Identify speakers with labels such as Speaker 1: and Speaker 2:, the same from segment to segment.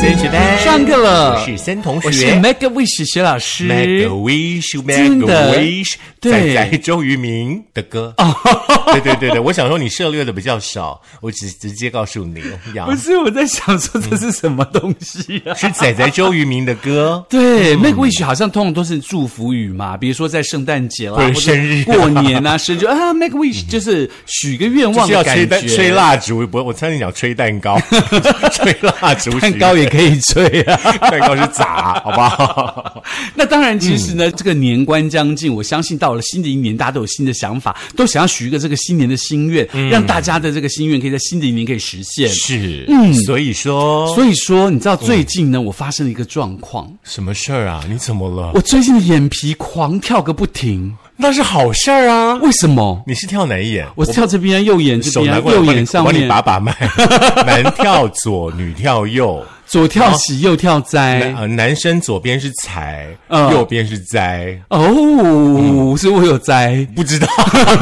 Speaker 1: 森学班
Speaker 2: 上课了，
Speaker 1: 我是森同
Speaker 2: 我是
Speaker 1: 学。
Speaker 2: Make a Wish 徐老师。
Speaker 1: Make a wish, make
Speaker 2: 真
Speaker 1: a
Speaker 2: 的
Speaker 1: wish，仔
Speaker 2: 对
Speaker 1: 仔周渝民的歌。对对对对，我想说你涉猎的比较少，我只直接告诉你，呀
Speaker 2: 不是我在想说这是什么东西啊？
Speaker 1: 是仔仔周渝民的 歌。
Speaker 2: 对、m a k e Wish 好像通常都是祝福语嘛，比如说在圣诞节啦，
Speaker 1: 或者
Speaker 2: 或
Speaker 1: 生日啊嗯
Speaker 2: 过年啊，生日啊，Make a Wish 就是许个愿
Speaker 1: 就
Speaker 2: 望
Speaker 1: 是要
Speaker 2: 的感
Speaker 1: 吹
Speaker 2: 觉。
Speaker 1: 蛋吹蜡烛，不，我差点讲吹蛋糕， 吹蜡烛，
Speaker 2: 蛋糕也可以吹啊。
Speaker 1: 蛋糕是砸，好不 好？嗯
Speaker 2: 那当然，其实呢，这个年关将近，我相信到了新的一年，大家都有新的想法，都想要许一个这个新年的心愿，
Speaker 1: 嗯
Speaker 2: 让大家的这个心愿可以在新的一年可以实现。
Speaker 1: 是，嗯，所以说，
Speaker 2: 所以说，你知道最近呢，我发生了一个状况，
Speaker 1: 什么事儿啊？你怎么了？
Speaker 2: 我最近的眼皮狂跳个不停，
Speaker 1: 那是好事儿啊！
Speaker 2: 为什么？
Speaker 1: 你是跳哪一眼？
Speaker 2: 我跳这边，右眼这
Speaker 1: 手拿
Speaker 2: 边，
Speaker 1: 过来
Speaker 2: 右
Speaker 1: 我帮
Speaker 2: 眼
Speaker 1: 你，
Speaker 2: 上
Speaker 1: 我帮你
Speaker 2: 面，
Speaker 1: 把把脉，男跳左，女跳右。
Speaker 2: 左跳
Speaker 1: 哦
Speaker 2: 喜，右跳灾
Speaker 1: 男、。呃、男生左边是财，
Speaker 2: 哎嗯
Speaker 1: 右边是灾，
Speaker 2: 哦，所以我有灾。
Speaker 1: 不知道。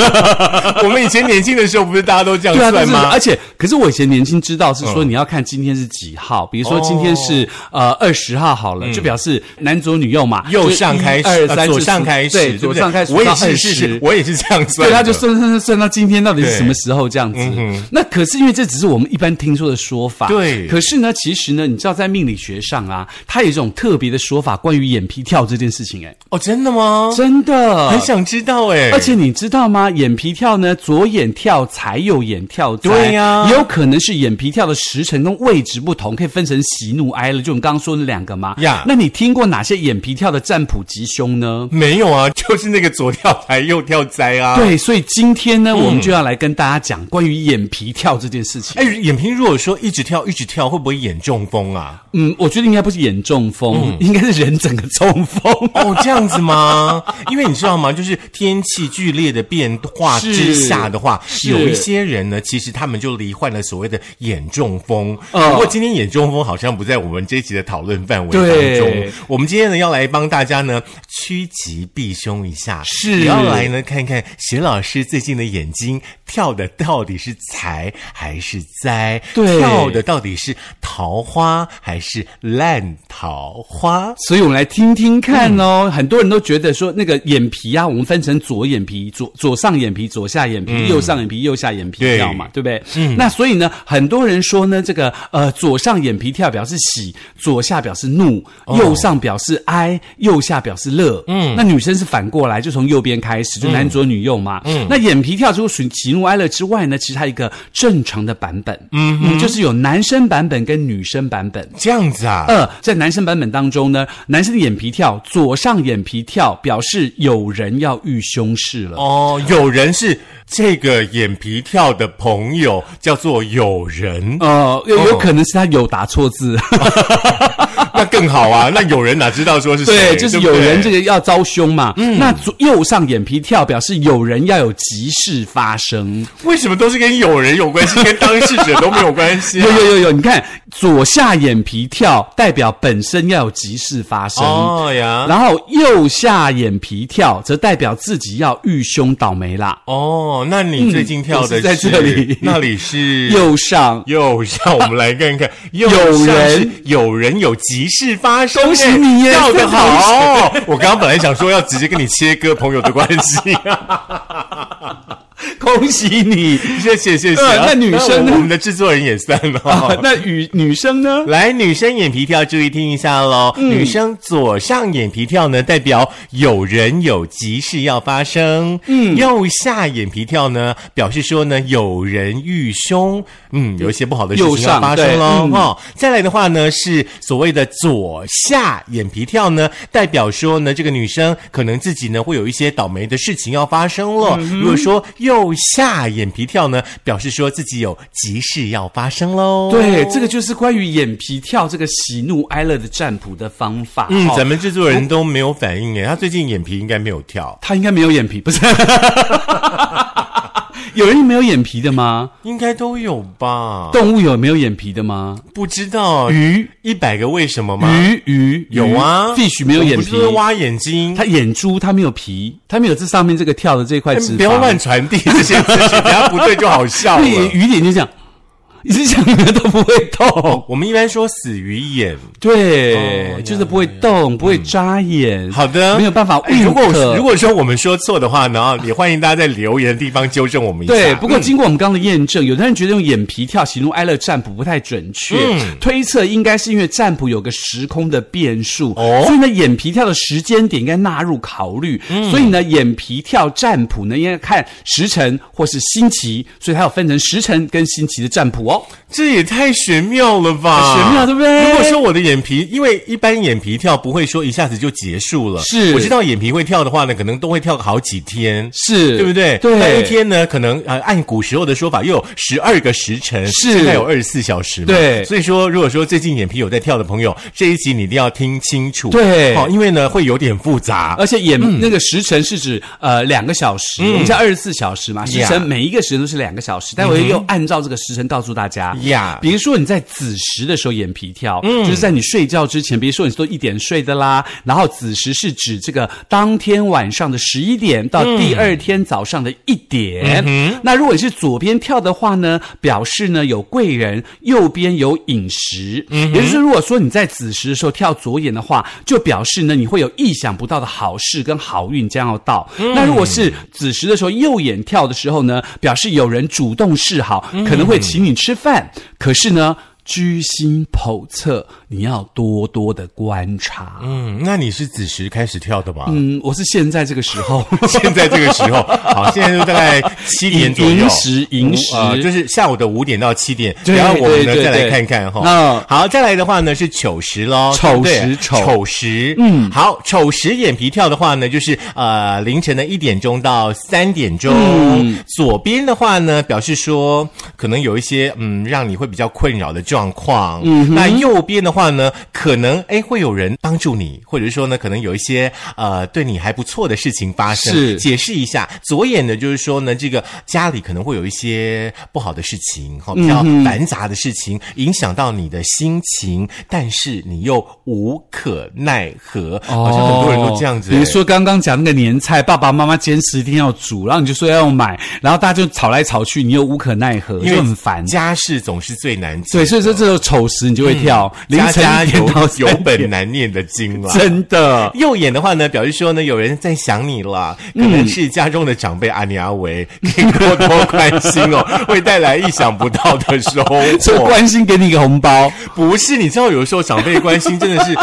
Speaker 1: 我们以前年轻的时候，不是大家都这
Speaker 2: 对啊，
Speaker 1: 样算
Speaker 2: 但是
Speaker 1: 吗？嗯
Speaker 2: 而且，可是我以前年轻知道是说你要看今天是几号，比如
Speaker 1: 哦
Speaker 2: 说今天是呃二十号好了，就表示男左女右嘛，
Speaker 1: 嗯右上开始，
Speaker 2: 二
Speaker 1: 呃
Speaker 2: 三
Speaker 1: 左上开始，
Speaker 2: 对，
Speaker 1: 不
Speaker 2: 左上开始，
Speaker 1: 我也
Speaker 2: 到
Speaker 1: 是，是
Speaker 2: 20
Speaker 1: 是，我也是这样算
Speaker 2: 对，
Speaker 1: 的。
Speaker 2: 他就算算算算到今天到底是什么时候这样子
Speaker 1: 对嗯。
Speaker 2: 那可是因为这只是我们一般听说的说法，
Speaker 1: 对
Speaker 2: 可是呢，其实呢，你知道在命理学上啊，它有一种特别的说法关于眼皮跳这件事情，哎，
Speaker 1: 哦，真的吗？
Speaker 2: 真的
Speaker 1: 很。想知道哎，
Speaker 2: 而且你知道吗？眼皮跳呢，左眼跳财，右眼跳财，
Speaker 1: 对呀
Speaker 2: 也有可能是眼皮跳的时辰跟位置不同，可以分成喜怒哀乐，就我们刚刚说的两个嘛。
Speaker 1: 呀
Speaker 2: 那你听过哪些眼皮跳的占卜吉凶呢？
Speaker 1: 没有啊，就是那个左跳财右跳灾啊。，
Speaker 2: 对，所以今天呢，我们就要来跟大家讲关于眼皮跳这件事情。
Speaker 1: 哎，眼皮如果说一直跳一直跳，会不会眼中风啊？
Speaker 2: 嗯，我觉得应该不是眼中风，应该是人整个中风。
Speaker 1: 哦，这样子吗？因为你知道吗？就是天气剧烈的变化
Speaker 2: 是
Speaker 1: 之下的话，
Speaker 2: 是
Speaker 1: 有一些人呢，其实他们就罹患了所谓的眼中风。
Speaker 2: 嗯
Speaker 1: 不过今天眼中风好像不在我们这一集的讨论范围当
Speaker 2: 对
Speaker 1: 中。我们今天呢，要来帮大家呢趋吉避凶一下，
Speaker 2: 是
Speaker 1: 也要来呢看看徐老师最近的眼睛跳的到底是财还是灾，
Speaker 2: 对
Speaker 1: 跳的到底是桃花还是烂桃花。
Speaker 2: 所以我们来听听看哦。很多人都觉得说，那个眼皮啊，我们分成左眼皮、左左上眼皮、左下眼皮、右上眼皮、右下眼皮
Speaker 1: 对
Speaker 2: 跳嘛，嗯对不嗯对？那所以呢，很多人说呢，这个呃，左上眼皮跳表示喜，左下表示怒，右上表示哀，右下表示乐。哦嗯，那女生是反过来，就从右边开始，就男左女右嘛。嗯，那眼皮跳除了喜喜怒哀乐之外呢，其实它有一个正常的版本，嗯嗯，就是有男生版本跟女生版本。
Speaker 1: 这样子啊，
Speaker 2: 二，在男生版本当中呢，男生的眼皮跳，左上眼皮跳，表示有人要遇凶事了。
Speaker 1: 哦，有人是这个眼皮跳的朋友，叫做友 人，
Speaker 2: 呃，有
Speaker 1: 哦
Speaker 2: 有可能是他有打错字，
Speaker 1: 那更好啊。那友人哪知道说是谁？
Speaker 2: 对，就是
Speaker 1: 不对嗯
Speaker 2: 有人这个要遭凶嘛。那左右上眼皮跳表示有人要有急事发生。
Speaker 1: 为什么都是跟友人有关系，跟当事者都没有关系、啊？
Speaker 2: 有有有有，你看左下眼皮跳代表本身要有急事发生，
Speaker 1: 哦呀，
Speaker 2: 然后右下眼皮跳则代表自己要遇凶倒霉啦。
Speaker 1: 哦，那你最近跳的
Speaker 2: 嗯我是在
Speaker 1: 是
Speaker 2: 这里
Speaker 1: 那里 是
Speaker 2: 右上
Speaker 1: 右上，我们来看看，右
Speaker 2: 有
Speaker 1: 上
Speaker 2: 人
Speaker 1: 是有人有急事发生，
Speaker 2: 恭喜你耶
Speaker 1: 跳得
Speaker 2: 郑同
Speaker 1: 好！我刚刚本来想说要直接跟你切割朋友的关系、
Speaker 2: 恭喜你，
Speaker 1: 谢谢谢谢、
Speaker 2: 呃那女生呢
Speaker 1: 我我们的制作人也算了。
Speaker 2: 啊那女女生呢？
Speaker 1: 来，女生眼皮跳，注意听一下喽。
Speaker 2: 嗯
Speaker 1: 女生左上眼皮跳呢，代表有人有急事要发生；嗯，右下眼皮跳呢，表示说呢有人遇凶，嗯，有一些不好的事
Speaker 2: 右
Speaker 1: 情
Speaker 2: 上
Speaker 1: 要发生喽。
Speaker 2: 对嗯
Speaker 1: 哦，再来的话呢，是所谓的左下眼皮跳呢，代表说呢这个女生可能自己呢会有一些倒霉的事情要发生了。
Speaker 2: 嗯
Speaker 1: 如果说右下眼皮跳呢，表示说自己有急事要发生喽。
Speaker 2: 对，这个就是关于眼皮跳这个喜怒哀乐的占卜的方法。
Speaker 1: 嗯，
Speaker 2: 哦
Speaker 1: 咱们制作人都没有反应诶，他最近眼皮应该没有跳，
Speaker 2: 他应该没有眼皮，不是？ 有人没有眼皮的吗？
Speaker 1: 应该都有吧？
Speaker 2: 动物有没有眼皮的吗？
Speaker 1: 不知道
Speaker 2: 鱼
Speaker 1: 一百个为什么吗？
Speaker 2: 鱼鱼
Speaker 1: 有啊
Speaker 2: ，fish 没有眼
Speaker 1: 我
Speaker 2: 皮
Speaker 1: 不，是挖眼睛。
Speaker 2: 它眼珠它没有皮，它没有这上面这个跳的这块
Speaker 1: 哎
Speaker 2: 脂肪。
Speaker 1: 不要乱传递这些资讯，等下不对就好笑
Speaker 2: 对，
Speaker 1: 了。
Speaker 2: 鱼点就这样。一直想你都不会动。
Speaker 1: 我们一般说死鱼眼，
Speaker 2: 对，
Speaker 1: 哦
Speaker 2: 就是不会动，不会眨眼。
Speaker 1: 嗯好的，
Speaker 2: 没有办法
Speaker 1: 哎如果
Speaker 2: wink
Speaker 1: 如果说我们说错的话，然后也欢迎大家在留言的地方纠正我们一下。
Speaker 2: 对，不过
Speaker 1: 嗯
Speaker 2: 经过我们刚刚的验证，有的人觉得用眼皮跳喜怒哀乐占卜不太准确，
Speaker 1: 嗯
Speaker 2: 推测应该是因为占卜有个时空的变数，
Speaker 1: 哦
Speaker 2: 所以呢，眼皮跳的时间点应该纳入考虑。
Speaker 1: 嗯
Speaker 2: 所以呢，眼皮跳占卜呢，应该看时辰或是星期，所以它有分成时辰跟星期的占卜哦。
Speaker 1: 这也太玄妙了吧？
Speaker 2: 很玄妙对不对
Speaker 1: 如果说我的眼皮，因为一般眼皮跳不会说一下子就结束了，
Speaker 2: 是
Speaker 1: 我知道眼皮会跳的话呢，可能都会跳个好几天。
Speaker 2: 是
Speaker 1: 对不对？那
Speaker 2: 对，
Speaker 1: 一天呢，可能呃，按古时候的说法，又有十二个时辰，
Speaker 2: 是
Speaker 1: 现在有二十四小时嘛。
Speaker 2: 对
Speaker 1: 所以说，如果说最近眼皮有在跳的朋友，这一集你一定要听清楚。哦
Speaker 2: 对呃
Speaker 1: 好、因为呢会有点复杂。
Speaker 2: 而且眼、
Speaker 1: 嗯
Speaker 2: 那个时辰是指呃两个小时，我们叫二十四小时嘛，时辰
Speaker 1: Yeah 嗯
Speaker 2: 每一个时辰都是两个小时，但我又按照这个时辰告诉大家。
Speaker 1: Yeah
Speaker 2: 比如说你在子时的时候眼皮跳，就是在你睡觉之前，比如说你都一点睡的啦，然后子时是指这个当天晚上的十一点到第二天早上的一点。那如果你是左边跳的话呢，表示呢有贵人，右边有饮食，也就是如果说你在子时的时候跳左眼的话，就表示呢你会有意想不到的好事跟好运将要到。
Speaker 1: 嗯
Speaker 2: 那如果是子时的时候右眼跳的时候呢，表示有人主动示好，
Speaker 1: 嗯
Speaker 2: 可能会请你吃饭，可是呢。居心叵测，你要多多的观察。
Speaker 1: 嗯，那你是子时开始跳的吗？
Speaker 2: 嗯，我是现在这个时候，
Speaker 1: 现在这个时候，好，现在就大概七点左右，
Speaker 2: 寅时寅时
Speaker 1: 五呃就是下午的五点到七点。
Speaker 2: 对
Speaker 1: 然后我们呢
Speaker 2: 对对
Speaker 1: 再来
Speaker 2: 对
Speaker 1: 看看哈。
Speaker 2: 嗯
Speaker 1: 好，再来的话呢是丑时喽，对
Speaker 2: 丑
Speaker 1: 不对
Speaker 2: 时丑
Speaker 1: 丑时，嗯，好，丑时眼皮跳的话呢，就是呃凌晨的一点钟到三点钟。
Speaker 2: 嗯
Speaker 1: 左边的话呢，表示说可能有一些嗯让你会比较困扰的状况。嗯，那右边的话呢，可能哎会有人帮助你，或者是说呢，可能有一些呃对你还不错的事情发生。
Speaker 2: 是
Speaker 1: 解释一下，左眼呢，就是说呢，这个家里可能会有一些不好的事情，哈、比较
Speaker 2: 嗯
Speaker 1: 繁杂的事情，影响到你的心情，但是你又无可奈何，啊好像很多人都这样子、
Speaker 2: 哦比如说刚刚讲那个年菜，爸爸妈妈坚持一定要煮，然后你就说要买，然后大家就吵来吵去，你又无可奈何，
Speaker 1: 因
Speaker 2: 就
Speaker 1: 为
Speaker 2: 很烦。
Speaker 1: 家事总是最难解
Speaker 2: 对，所以说这种丑时你就会跳，凌
Speaker 1: 家
Speaker 2: 晨
Speaker 1: 家
Speaker 2: 一点
Speaker 1: 有
Speaker 2: 到三
Speaker 1: 有
Speaker 2: 点
Speaker 1: 本难念的经啦。
Speaker 2: 真的。
Speaker 1: 右眼的话呢，表示说呢，有人在想你了，
Speaker 2: 嗯
Speaker 1: 可能是家中的长辈阿尼阿维，可以多多关心哦，会带来意想不到的收获。
Speaker 2: 这关心给你一个红包，
Speaker 1: 不是，你知道有时候长辈关心真的是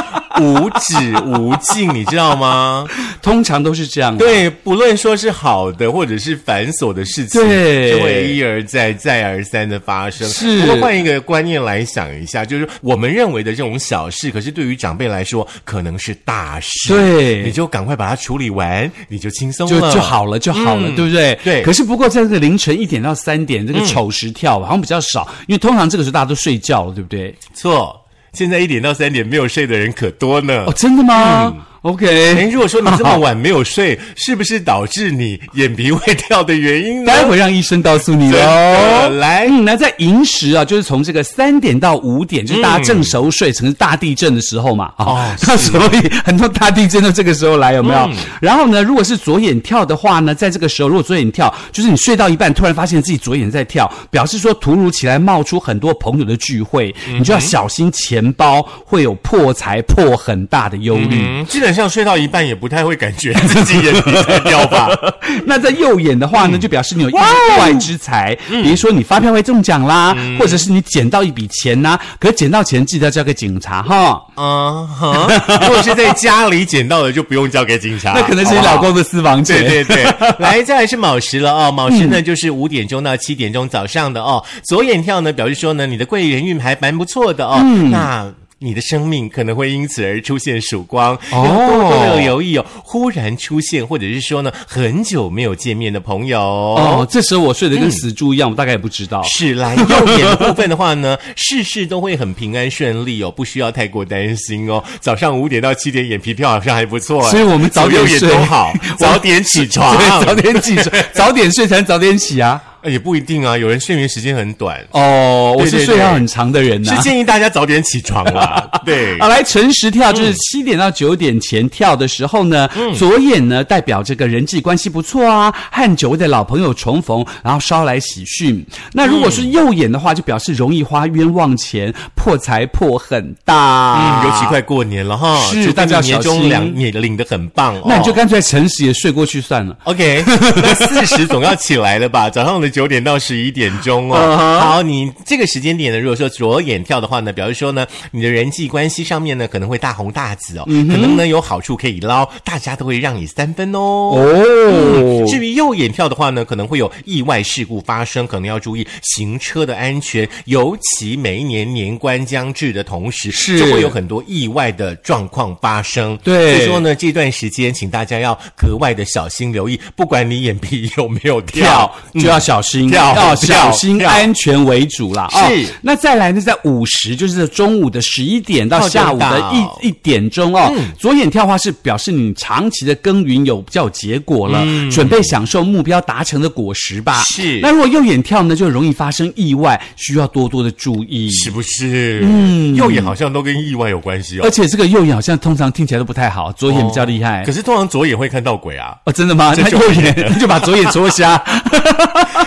Speaker 1: 无止无尽，你知道吗？
Speaker 2: 通常都是这样。，
Speaker 1: 对，不论说是好的或者是繁琐的事情，
Speaker 2: 对
Speaker 1: 就会一而再、再而三的发生。
Speaker 2: 是
Speaker 1: 不过换一个观念来想一下，就是我们认为的这种小事，可是对于长辈来说可能是大事。
Speaker 2: 对
Speaker 1: 你就赶快把它处理完，你就轻松
Speaker 2: 就
Speaker 1: 了，
Speaker 2: 就。好了，就好了，
Speaker 1: 嗯
Speaker 2: 对不对？
Speaker 1: 对嗯
Speaker 2: 可是不过在这个凌晨一点到三点，这个丑时跳好像比较少，因为通常这个时候大家都睡觉了，对不对？
Speaker 1: 嗯错，现在一点到三点没有睡的人可多呢。
Speaker 2: 哦，真的吗？OK，
Speaker 1: 哎，如果说你这 么晚没有睡，是不是导致你眼皮会掉的原因呢？
Speaker 2: 待会让医生告诉你
Speaker 1: 真的
Speaker 2: 喽。
Speaker 1: 来
Speaker 2: 嗯，那在寅时啊，就是从这个三点到五点，就是大家正熟睡，成是大地震的时候嘛。
Speaker 1: 嗯哦
Speaker 2: 那所以很多大地震都这个时候来，有没
Speaker 1: 嗯
Speaker 2: 有？然后呢，如果是左眼跳的话呢，在这个时候，如果左眼跳，就是你睡到一半，突然发现自己左眼在跳，表示说突如其来冒出很多朋友的聚会，
Speaker 1: 嗯
Speaker 2: 你就要小心钱包会有破财破很大的忧虑。
Speaker 1: 嗯，基本上睡到一半也不太会感觉自己眼皮在掉吧。
Speaker 2: 那在右眼的话呢，就表示你有意外之财，比如说你发票会中奖啦，或者是你捡到一笔钱呐、可是捡到钱记得要交给警察哈。
Speaker 1: 啊哈，如果是在家里捡到的，就不用交给警察，
Speaker 2: 那可能是你
Speaker 1: 好不好
Speaker 2: 老。公的私房钱。
Speaker 1: 对对 对，来，再来是卯时了哦。卯
Speaker 2: 嗯
Speaker 1: 时呢，就是五点钟到七点钟早上的哦。左眼跳呢，表示说呢，你的贵人运还蛮不错的哦。
Speaker 2: 嗯
Speaker 1: 那。你的生命可能会因此而出现曙光，
Speaker 2: 哦
Speaker 1: 要多多的留意哦。忽然出现，或者是说呢，很久没有见面的朋友
Speaker 2: 哦，这时候我睡得跟死猪一样，我大概也不知道。
Speaker 1: 是来右眼的部分的话呢， 事事都会很平安顺利哦，不需要太过担心哦。早上五点到七点眼皮跳好像还不错哎，
Speaker 2: 所以我们早点
Speaker 1: 左右眼
Speaker 2: 睡，
Speaker 1: 都好
Speaker 2: 我
Speaker 1: 早点起床，
Speaker 2: 对，早点起床，早点睡才能早点起啊。
Speaker 1: 呃也不一定啊，有人睡眠时间很短，
Speaker 2: 哦，我
Speaker 1: 对
Speaker 2: 是
Speaker 1: 对
Speaker 2: 睡
Speaker 1: 对
Speaker 2: 到很长的人呐、
Speaker 1: 是建议大家早点起床 啦。对
Speaker 2: 好，，来诚实跳就是
Speaker 1: 嗯
Speaker 2: 七点到九点前跳的时候呢，左眼呢代表这个人际关系不错啊，和久违的老朋友重逢，然后捎来喜讯。那如果是右眼的话，就表示容易花冤枉钱，破财破很大，
Speaker 1: 嗯，尤其。快过年了哈，
Speaker 2: 是
Speaker 1: 祝大家
Speaker 2: 大家
Speaker 1: 年
Speaker 2: 小
Speaker 1: 终
Speaker 2: 心
Speaker 1: 两你领的很棒哦。
Speaker 2: 那你就干脆诚实也睡过去算了。
Speaker 1: OK，那四十总要起来了吧？早 上的九点到十一点钟哦。好，你这个时间点呢，如果说左眼跳的话呢，表示说呢，你的人际关系上面呢可能会大红大紫哦，可能呢有好处可以捞，大家都会让你三分哦。
Speaker 2: 哦
Speaker 1: 至于右眼跳的话呢，可能会有意外事故发生，可能要注意行车的安全，尤其每一年年关将至的同时，
Speaker 2: 是
Speaker 1: 就会有很多意外的状况发生。
Speaker 2: 对
Speaker 1: 所以说呢，这段时间请大家要格外的小心留意，不管你眼皮有没有跳
Speaker 2: 跳，就要小心，
Speaker 1: 嗯跳
Speaker 2: 要
Speaker 1: 跳
Speaker 2: 小心，
Speaker 1: 跳
Speaker 2: 安全为主啦。哦
Speaker 1: 是
Speaker 2: 那再来呢，在午时，就是中午的十一点到
Speaker 1: 哦嗯
Speaker 2: 下午的
Speaker 1: 真的哦
Speaker 2: 一一点钟哦。左眼跳的话是表示你长期的耕耘有比较有结果了，准备享受目标达成的果实吧。
Speaker 1: 嗯是
Speaker 2: 那如果右眼跳呢，就容易发生意外，需要多多的注意。
Speaker 1: 是不是？嗯，右眼好像都跟意外有关系哦
Speaker 2: 而。且这个右眼好像通常听起来都不太好，左眼比较厉害。
Speaker 1: 哦可是通常左眼会看到鬼啊。
Speaker 2: 哦，真的吗？
Speaker 1: 这
Speaker 2: 那
Speaker 1: 就
Speaker 2: 右眼你就把左眼 戳瞎。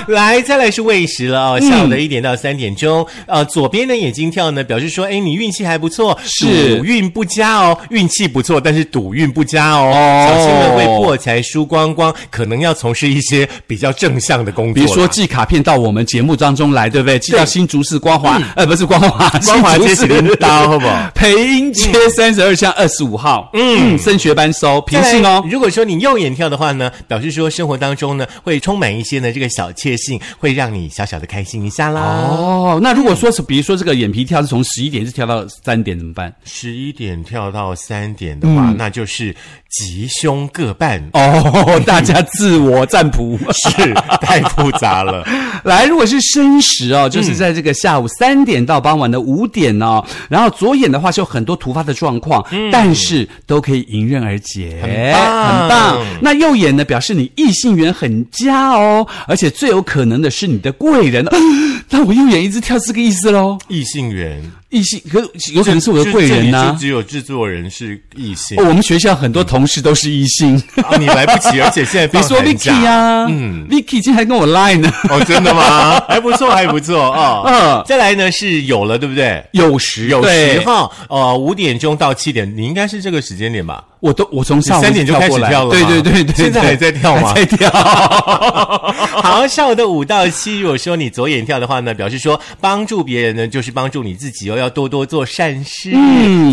Speaker 1: 来，再来是喂食了
Speaker 2: 嗯
Speaker 1: 哦，下午的一点到三点钟，呃，左边的眼睛跳呢，表示说，哎，你运气还不错，
Speaker 2: 是
Speaker 1: 赌运不佳哦，运气不错，但是赌运不佳哦，
Speaker 2: 哦
Speaker 1: 小心呢会破财输光光，可能要从事一些比较正向的工
Speaker 2: 比
Speaker 1: 作啦，
Speaker 2: 如说寄卡片到我们节目当中来，对不对？寄到新竹市光华，呃，不是 光华，
Speaker 1: 光华
Speaker 2: 新竹
Speaker 1: 街
Speaker 2: 市
Speaker 1: 剪刀好不好？
Speaker 2: 培英街三十二巷二十五号，嗯，升学班收，平
Speaker 1: 再来
Speaker 2: 信哦。
Speaker 1: 如果说你右眼跳的话呢，表示说生活当中呢会充满一些呢这个小确幸，会让你小小的开心一下啦。
Speaker 2: 哦，那如果说是，比如说这个眼皮跳是从十一点是跳到三点怎么办？
Speaker 1: 十一点跳到三点的
Speaker 2: 嗯
Speaker 1: 话，那就是吉凶各半。
Speaker 2: 哦，大家自我占 卜。
Speaker 1: 是太复杂了。
Speaker 2: 来，如果是申时
Speaker 1: 嗯
Speaker 2: 哦，就是在这个下午三点到傍晚的五点哦，然后左眼的话是有很多突发的状况，但是都可以迎刃而解，
Speaker 1: 嗯很棒
Speaker 2: 很棒那右眼呢，表示你异性缘很佳哦，而且最有可能的是你的贵人。 那我右眼一直跳是这个意思喽，
Speaker 1: 异性缘，
Speaker 2: 异性可有可能是我的
Speaker 1: 这
Speaker 2: 贵
Speaker 1: 这
Speaker 2: 人
Speaker 1: 里
Speaker 2: 呐、
Speaker 1: 就只有制作人是异性
Speaker 2: 哦，，我们学校很多同事都是异性，
Speaker 1: 啊你来不 及，而且现在
Speaker 2: 比
Speaker 1: 放
Speaker 2: 如说
Speaker 1: 寒假
Speaker 2: Vicky 啊，嗯，Vicky 竟然还跟我 line 呢。
Speaker 1: 哦，真的 吗？还不错，还不错哦。嗯
Speaker 2: 嗯，
Speaker 1: 再来呢是有了，对不对？
Speaker 2: 有时
Speaker 1: 有
Speaker 2: 对
Speaker 1: 时哈，呃，五点钟到七点，你应该是这个时间点吧？
Speaker 2: 我都我从上午
Speaker 1: 三点就开始
Speaker 2: 过来
Speaker 1: 跳了吗
Speaker 2: 对对对对，
Speaker 1: 现在还在跳吗
Speaker 2: 还在 跳。
Speaker 1: 好，下午的五到七，如果说你左眼跳的话呢，表示说帮助别人呢，就是帮助你自己哦，要多多做善事，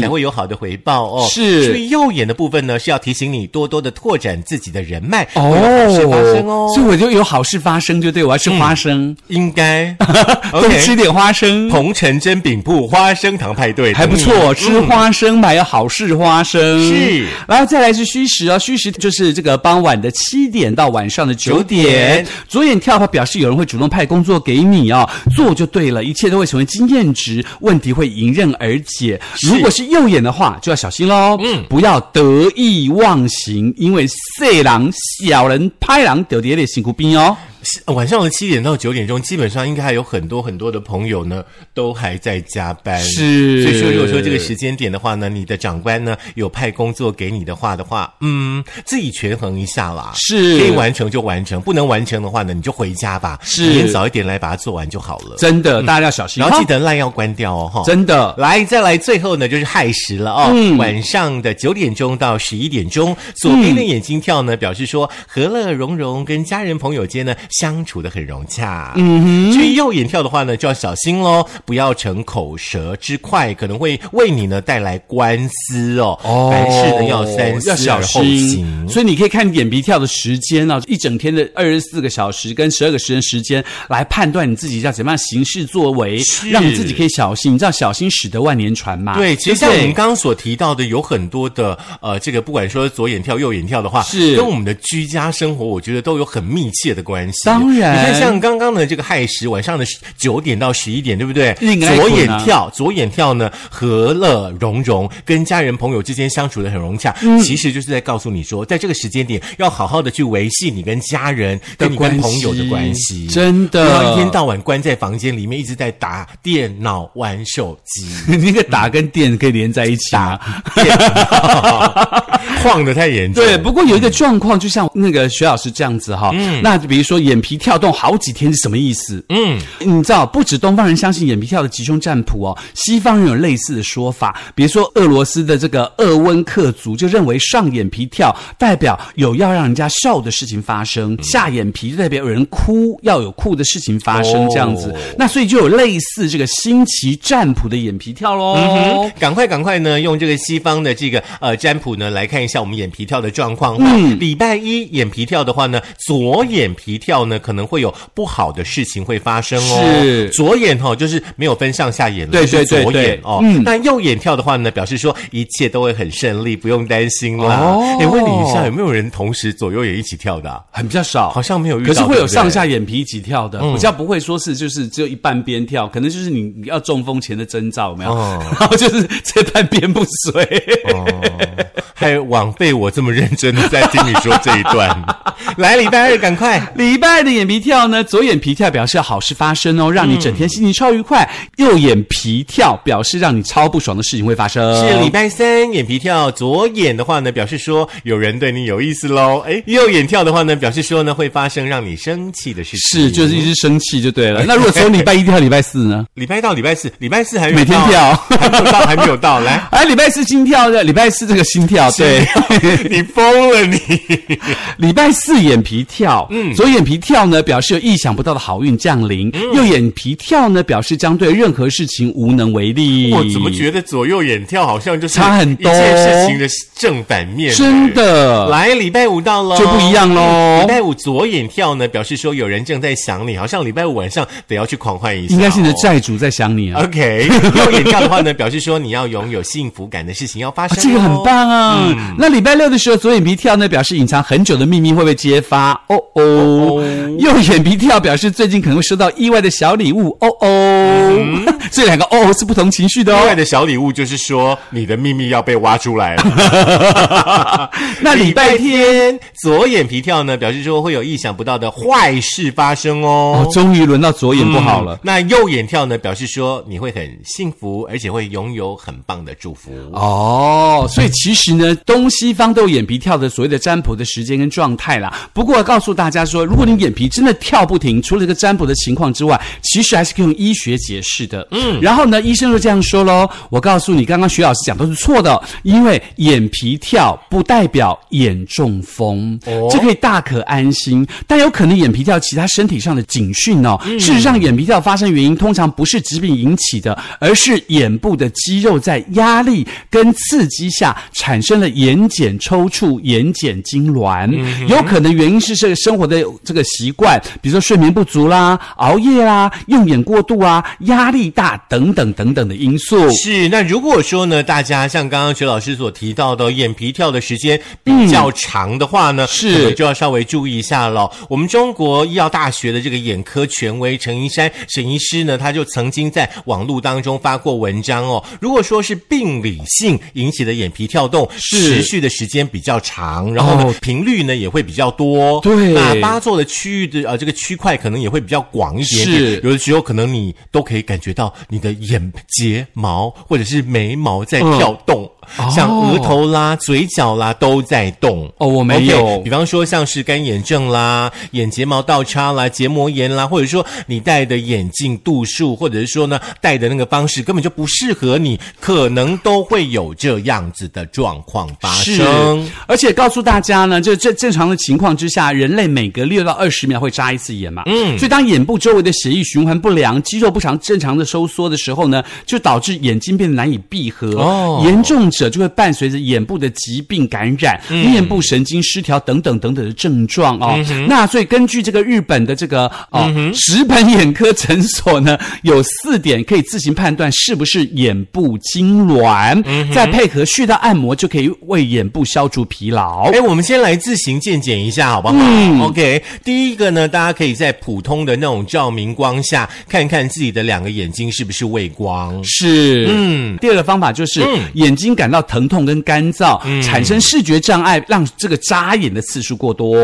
Speaker 1: 才会有好的回报哦。
Speaker 2: 嗯是
Speaker 1: 至于右眼的部分呢，是要提醒你多多的拓展自己的人脉，会有好事发生哦
Speaker 2: 哦，。所以我就有好事发生，就对我要吃花生，
Speaker 1: 应 该
Speaker 2: 多吃
Speaker 1: 嗯，OK。
Speaker 2: 点花生，
Speaker 1: 鹏城真饼铺花生糖派对
Speaker 2: 还不
Speaker 1: 等你
Speaker 2: 错，吃花生买好事花生
Speaker 1: 嗯是
Speaker 2: 然后再来是虚实哦，虚实就是这个傍晚的七点到晚上的九
Speaker 1: 点
Speaker 2: 点，左眼跳的话表示有人会主动派工作给你哦，做就对了，一切都会成为经验值，问题会迎刃而解。如果是右眼的话，就要小心喽，嗯，不要得意忘形，因为色狼小人拍狼丢爹的辛苦兵哦。
Speaker 1: 是晚上的七点到九点钟，基本上应该还有很多很多的朋友呢，都还在加班。
Speaker 2: 是
Speaker 1: 哎所以说如果说这个时间点的话呢，你的长官呢有派工作给你的话的话，嗯，自己权衡一下啦。
Speaker 2: 是
Speaker 1: 可以完成就完成，不能完成的话呢，你就回家吧。
Speaker 2: 是
Speaker 1: 明天早一点来把它做完就好了。
Speaker 2: 真的，大家要小心
Speaker 1: 嗯然后
Speaker 2: 哈
Speaker 1: 记，得烂要关掉哦，哈。
Speaker 2: 真的。
Speaker 1: 来，再来，最后呢就是亥时了哦。
Speaker 2: 嗯
Speaker 1: 晚上的九点钟到十一点钟，左边的眼睛跳呢，表示说
Speaker 2: 嗯
Speaker 1: 和乐融融，跟家人朋友间呢相处的很融洽。嗯哼，至于右眼跳的话呢，就要小心喽，不要逞口舌之快，可能会为你呢带来官司哦。
Speaker 2: 哦
Speaker 1: 凡事呢要三
Speaker 2: 要
Speaker 1: 思
Speaker 2: 小
Speaker 1: 而后行。
Speaker 2: 哦心。所以你可以看眼皮跳的时间啊，一整天的二十四个小时跟十二个时间时间来判断你自己要怎么样行事作为，让你自己可以小心。你知道小心驶得万年船嘛？
Speaker 1: 对，其实
Speaker 2: 不
Speaker 1: 像我们刚刚所提到的，有很多的呃，这个不管说左眼跳、右眼跳的话，
Speaker 2: 是
Speaker 1: 跟我们的居家生活，我觉得都有很密切的关习。
Speaker 2: 当然
Speaker 1: 你看像刚刚的这个亥时，晚上的九点到十一点，对不对？
Speaker 2: 应该
Speaker 1: 左眼
Speaker 2: 滚啊
Speaker 1: 跳，左眼跳呢，和乐融融，跟家人朋友之间相处的很融洽，
Speaker 2: 嗯
Speaker 1: 其实就是在告诉你说，在这个时间点要好好的去维系你跟家人、跟你
Speaker 2: 关
Speaker 1: 跟
Speaker 2: 系
Speaker 1: 朋友的关系，
Speaker 2: 真的
Speaker 1: 不要一天到晚关在房间里面一直在打电脑、玩手机。
Speaker 2: 那个打跟电可以连在一起吗？
Speaker 1: 电脑晃得太严重。嗯
Speaker 2: 对，不过有一个状况，就像那个徐老师这样子哈、
Speaker 1: 嗯
Speaker 2: 那比如说眼皮跳动好几天是什么意思？嗯，你知道，不止东方人相信眼皮跳的吉凶占卜哦，西方人有类似的说法，比如说俄罗斯的这个鄂温克族就认为上眼皮跳代表有要让人家笑的事情发
Speaker 1: 嗯
Speaker 2: 生，下眼皮就代表有人哭，要有哭的事情发生，这样子。
Speaker 1: 哦
Speaker 2: 那所以就有类似这个新奇占卜的眼皮跳喽。
Speaker 1: 嗯赶快赶快呢，用这个西方的这个呃占卜呢来看一下我们眼皮跳的状况。嗯，礼拜一眼皮跳的话呢，左眼皮跳呢可能会有不好的事情会发生哦。
Speaker 2: 是
Speaker 1: 左眼哦，就是没有分上下眼了，
Speaker 2: 对
Speaker 1: 就是
Speaker 2: 对对
Speaker 1: 左眼
Speaker 2: 对嗯
Speaker 1: 哦。那右眼跳的话呢，表示说一切都会很顺利，不用担心啦。
Speaker 2: 哦
Speaker 1: 哎，问你一下，有没有人同时左右也一起跳的 啊、
Speaker 2: 很比较少，
Speaker 1: 好像没有遇到
Speaker 2: 可是会
Speaker 1: 对
Speaker 2: 有
Speaker 1: 不对
Speaker 2: 上下眼皮一起跳的，比较不会说是就是只有一半边跳，可能就是你你要中风前的征兆有没有？
Speaker 1: 哦
Speaker 2: 然后就是这半边不遂。
Speaker 1: 还枉费我这么认真的在听你说这一 段。来，礼拜二赶快。
Speaker 2: 礼拜的眼皮跳呢，左眼皮跳表示好事发生哦，让你整天心情超愉快；右眼皮跳表示让你超不爽的事情会发生。
Speaker 1: 是礼拜三眼皮跳，左眼的话呢，表示说有人对你有意思喽。哎，右眼跳的话呢，表示说呢会发生让你生气的事情。
Speaker 2: 是，就是一直生气就对了。那如果从礼拜一跳到礼拜四呢？
Speaker 1: 礼拜到礼拜四，礼拜四还没有
Speaker 2: 每天
Speaker 1: 到
Speaker 2: 跳
Speaker 1: 还没有到，还没有到，来。
Speaker 2: 哎，礼拜四心跳的，礼拜四这个心跳， 对，
Speaker 1: 你疯了 你！
Speaker 2: 礼拜四眼皮跳，嗯，左眼皮跳呢，表示有意想不到的好运降临；右眼皮跳呢，表示将对任何事情无能为力。
Speaker 1: 我怎么觉得左右眼跳好像就是
Speaker 2: 差很多
Speaker 1: 一件事情的正反面？
Speaker 2: 真的？
Speaker 1: 来，礼拜五到了，
Speaker 2: 就不一样喽
Speaker 1: 嗯礼拜五左眼跳呢，表示说有人正在想你，好像礼拜五晚上得要去狂欢一下、哦
Speaker 2: 应该是你的。债主在想你啊。
Speaker 1: OK，右眼跳的话呢，表示说你要拥有幸福感的事情要发
Speaker 2: 啊
Speaker 1: 生、哦
Speaker 2: 这个很。棒啊！那礼拜六的时候，左眼皮跳呢，表示隐藏很久的秘密会被揭发。哦哦，右眼皮跳表示最近可能会收到意外的小礼物。哦哦， 这两个哦是不同情绪的
Speaker 1: 另
Speaker 2: 哦
Speaker 1: 外。的小礼物就是说，你的秘密要被挖出来了。
Speaker 2: 那礼拜天。
Speaker 1: 天 左眼皮跳呢，表示说会有意想不到的坏事发生哦。
Speaker 2: 哦，终于轮到左眼不好了
Speaker 1: 嗯。那右眼跳呢，表示说你会很幸福，而且会拥有很棒的祝福。
Speaker 2: 哦，所以其实呢，东西方都有眼皮跳的所谓的占卜的时间跟状态啦。不过告诉大家说，如果你眼皮真的跳不停，除了这个占卜的情况之外，其实还是可以用医学解释的。嗯，然后呢，医生就这样说喽：我告诉你，刚刚徐老师讲都是错的哦，因为眼皮跳不代表眼中风，
Speaker 1: 哦
Speaker 2: 这可以大可安心。但有可能眼皮跳其他身体上的警讯哦。事实上，眼皮跳发生原因通常不是疾病引起的，而是眼部的肌肉在压力跟刺激下产生了眼睑抽搐、眼睑痉挛。有可能原因是这个生活的这个习惯，比如说睡眠不足啦、熬夜啦、用眼过度啊、压力大等等等等的因素。
Speaker 1: 是，那如果说呢，大家像刚刚徐老师所提到的，眼皮跳的时间比较长的话呢，
Speaker 2: 是
Speaker 1: 可能就要稍微注意一下了。我们中国医药大学的这个眼科权威陈医山沈医师呢，他就曾经在网络当中发过文章哦。如果说是病理性引起的眼皮跳动，持
Speaker 2: 是
Speaker 1: 续的时间比较长，然后呢、
Speaker 2: 哦
Speaker 1: 频率呢也会比较多，
Speaker 2: 对
Speaker 1: 那发作的区域的呃这个区块可能也会比较广一点点，
Speaker 2: 是
Speaker 1: 有的时候可能你都可以感觉到你的眼睫毛或者是眉毛在跳动，
Speaker 2: 哦
Speaker 1: 像额头啦、嘴角啦都在动。
Speaker 2: 哦我没
Speaker 1: OK，
Speaker 2: 有
Speaker 1: 比方说像是干眼症啦、眼睫毛倒插啦、结膜炎啦，或者说你戴的眼镜度数，或者是说呢戴的那个方式根本就不适合你，可能都会有这样子的状况发生。
Speaker 2: 是，而且告诉大家呢，就正正常的情况之下，人类每隔六到二十秒会眨一次眼嘛。嗯，所以当眼部周围的血液循环不良、肌肉不常正常的收缩的时候呢，就导致眼睛变得难以闭合。
Speaker 1: 哦
Speaker 2: 严重者就会伴随着眼部的疾病感染、面部神经失调等等等等的症状哦。那所以根据这个日本的这个哦、石本眼科诊所呢，有四点可以自行判断是不是眼部痉挛，再配合穴道按摩就可以为眼部消除疲劳。
Speaker 1: 哎，我们先来自行鉴检一下，好不好、o k 第一个呢，大家可以在普通的那种照明光下，看看自己的两个眼睛是不是畏光。
Speaker 2: 是，嗯，嗯第二个方法就是、眼睛感到疼痛跟干燥，产生视觉障碍，让这个眨眼的次数过多。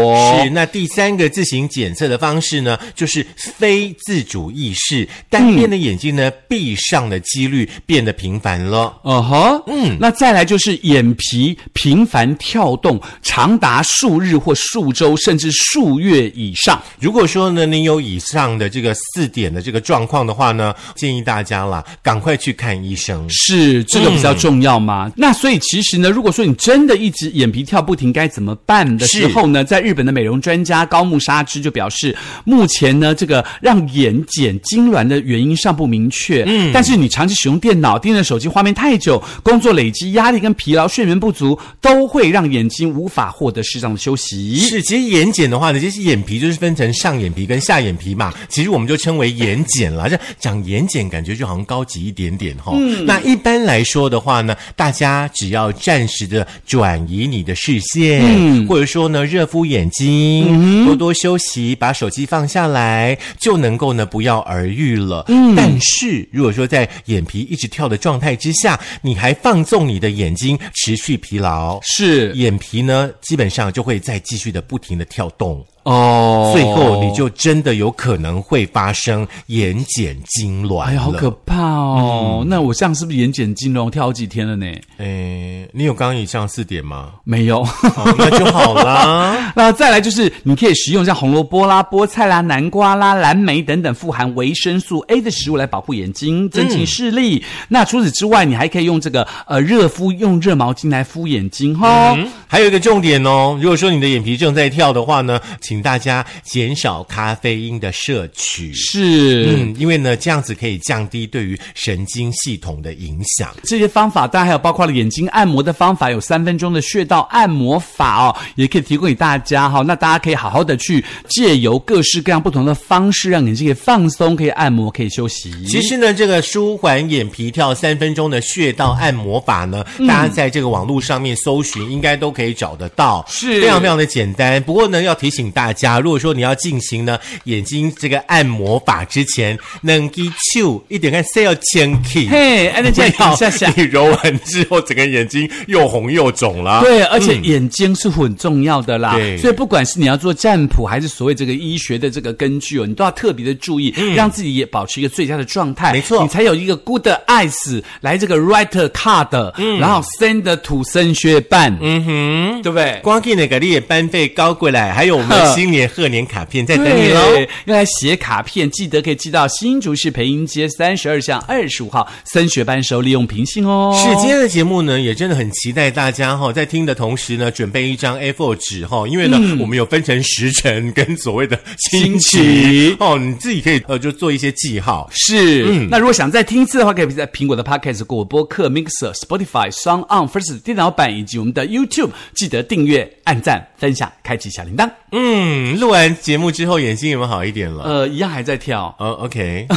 Speaker 1: 是，那第三个自行检测的方式呢，就是非自主意识，单边的眼睛呢、闭上的几率变得频繁了。
Speaker 2: 哦吼，嗯，那再来就是眼皮频繁跳动，长达数日或数周，甚至数月以上。
Speaker 1: 如果说呢，你有以上的这个四点的这个状况的话呢，建议大家啦，赶快去看医生。
Speaker 2: 是这个比较重要吗？那所以其实呢，如果说你真的一直眼皮跳不停，该怎么办的时候呢？在日本的美容专家高木纱织就表示，目前呢，这个让眼睑痉挛的原因尚不明确。嗯，但是你长期使用电脑、盯着手机画面太久，工作累积、压力跟疲劳、睡眠不足，都会让眼睛无法获得适当的休息。
Speaker 1: 是，其实眼睑的话呢，其实眼皮就是分成上眼皮跟下眼皮嘛，其实我们就称为眼睑啦。这讲眼睑感觉就好像高级一点点哈、那一般来说的话呢，大家只要暂时的转移你的视线，或者说呢热敷眼睛、多多休息，把手机放下来，就能够呢不药而愈了。但是如果说在眼皮一直跳的状态之下，你还放纵你的眼睛，持续疲劳。
Speaker 2: 是
Speaker 1: 眼皮呢，基本上就会再继续的不停的跳动，
Speaker 2: 哦，
Speaker 1: 最后你就真的有可能会发生眼睑痉挛。
Speaker 2: 哎呀，好可！怕哦！
Speaker 1: 嗯
Speaker 2: 那我这样是不是眼睑痉挛跳好几天了呢？
Speaker 1: 哎，你有刚刚以上四点吗？
Speaker 2: 没有。
Speaker 1: 好，那就好啦。
Speaker 2: 那再来就是，你可以食用像红萝卜啦、菠菜啦、南瓜啦、蓝莓等等富含维生素 A 的食物来保护眼
Speaker 1: 嗯
Speaker 2: 睛，增进视力。那除此之外，你还可以用这个呃热敷，用热毛巾来敷眼睛哈。
Speaker 1: 还有一个重点哦，如果说你的眼皮正在跳的话呢，请大家减少咖啡因的摄取。
Speaker 2: 是。
Speaker 1: 嗯，因为呢，这样子可以降低对于神经系统的影响。
Speaker 2: 这些方法，当然还有包括了眼睛按摩的方法，有三分钟的穴道按摩法哦，也可以提供给大家哈、那大家可以好好的去借由各式各样不同的方式，让眼睛可以放松，可以按摩，可以休息。
Speaker 1: 其实呢，这个舒缓眼皮跳三分钟的穴道按摩法呢，
Speaker 2: 嗯
Speaker 1: 大家在这个网络上面搜寻，应该都可以找得到，
Speaker 2: 是
Speaker 1: 非常非常的简单。不过呢，要提醒大家，如果说你要进行呢眼睛这个按摩法之前，能给手一点看 s a l 前 key，
Speaker 2: 嘿，哎，那这样一下下。
Speaker 1: 你揉完之后，整个眼睛又红又肿啦。
Speaker 2: 对，而且眼睛是很重要的啦，
Speaker 1: 嗯对
Speaker 2: 所以不管是你要做占卜，还是所谓这个医学的这个根据哦，你都要特别的注意，让自己也保持一个最佳的状态，
Speaker 1: 嗯没错
Speaker 2: 你才有一个 good eyes 来这个 right card，、然
Speaker 1: 嗯
Speaker 2: 后 send to 升学办，嗯哼，对不对？
Speaker 1: 光给那个你也班费高过来，还有我们
Speaker 2: 呵
Speaker 1: 新年贺年卡片在等你
Speaker 2: 对
Speaker 1: 喽。
Speaker 2: 用来写卡片，记得可以寄到新竹市培英街三十二巷二十五号升学班收利用平信哦。
Speaker 1: 是今天的节目呢，也真的很期待大家哈、在听的同时呢，准备一张 A4 纸哈、因为呢，我们有分成时辰跟所谓的星
Speaker 2: 嗯星
Speaker 1: 期
Speaker 2: 期
Speaker 1: 哦，你自己可以呃就做一些记号。
Speaker 2: 是，那如果想再听一次的话，可以在苹果的 Podcast、果播客、Mixer、Spotify、s o n g On、First 电脑版以及我们的 YouTube，记得订阅、按赞、分享、开启小铃铛。
Speaker 1: 嗯，录完节目之后眼睛有没有好一点了？
Speaker 2: 呃，一样还在跳，
Speaker 1: 呃、o k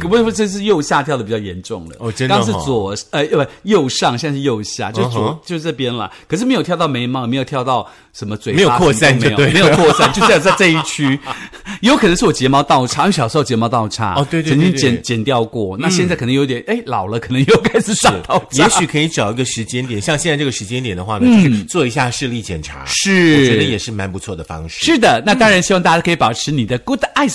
Speaker 2: 不不，这是右下跳的比较严重了。
Speaker 1: 哦真的哦
Speaker 2: 刚是左呃不右上，现在是右下，就左、
Speaker 1: 嗯哼
Speaker 2: 就是这边了。可是没有跳到眉毛，没有跳到什么嘴巴，
Speaker 1: 没有扩散
Speaker 2: 什么都
Speaker 1: 就
Speaker 2: 没
Speaker 1: 对
Speaker 2: 有没有扩 散，就在在这一区。有可能是我睫毛倒插，因为小时候睫毛倒插，
Speaker 1: 哦对对对
Speaker 2: 曾
Speaker 1: 对嗯
Speaker 2: 经剪剪掉过。那现在可能有点哎、老了，可能又开始长倒插。
Speaker 1: 也许可以找一个时间点，像现在这个时间点的话呢，就是做一下视力检查，
Speaker 2: 嗯
Speaker 1: 我
Speaker 2: 是
Speaker 1: 觉得也是蛮不错的方式。
Speaker 2: 是的，那当然希望大家可以保持你的 good eyes，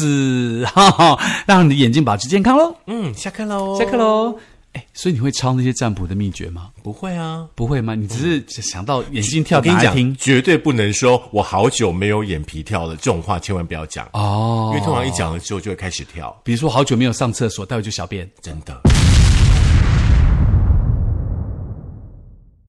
Speaker 2: 是 哈哈，让你的眼睛保持健康喽。
Speaker 1: 嗯，下课喽，
Speaker 2: 下课，喽。哎，所以你会抄那些占卜的秘诀吗？
Speaker 1: 不会啊。
Speaker 2: 不会吗？你只是想到眼睛跳
Speaker 1: 我跟
Speaker 2: 哪
Speaker 1: 你
Speaker 2: 来
Speaker 1: 讲，
Speaker 2: 听
Speaker 1: 绝对不能说我好久没有眼皮跳了，这种话千万不要讲。
Speaker 2: 哦
Speaker 1: 因为通常一讲了之后就会开始跳，
Speaker 2: 比如说好久没有上厕所，待会就小便。
Speaker 1: 真的。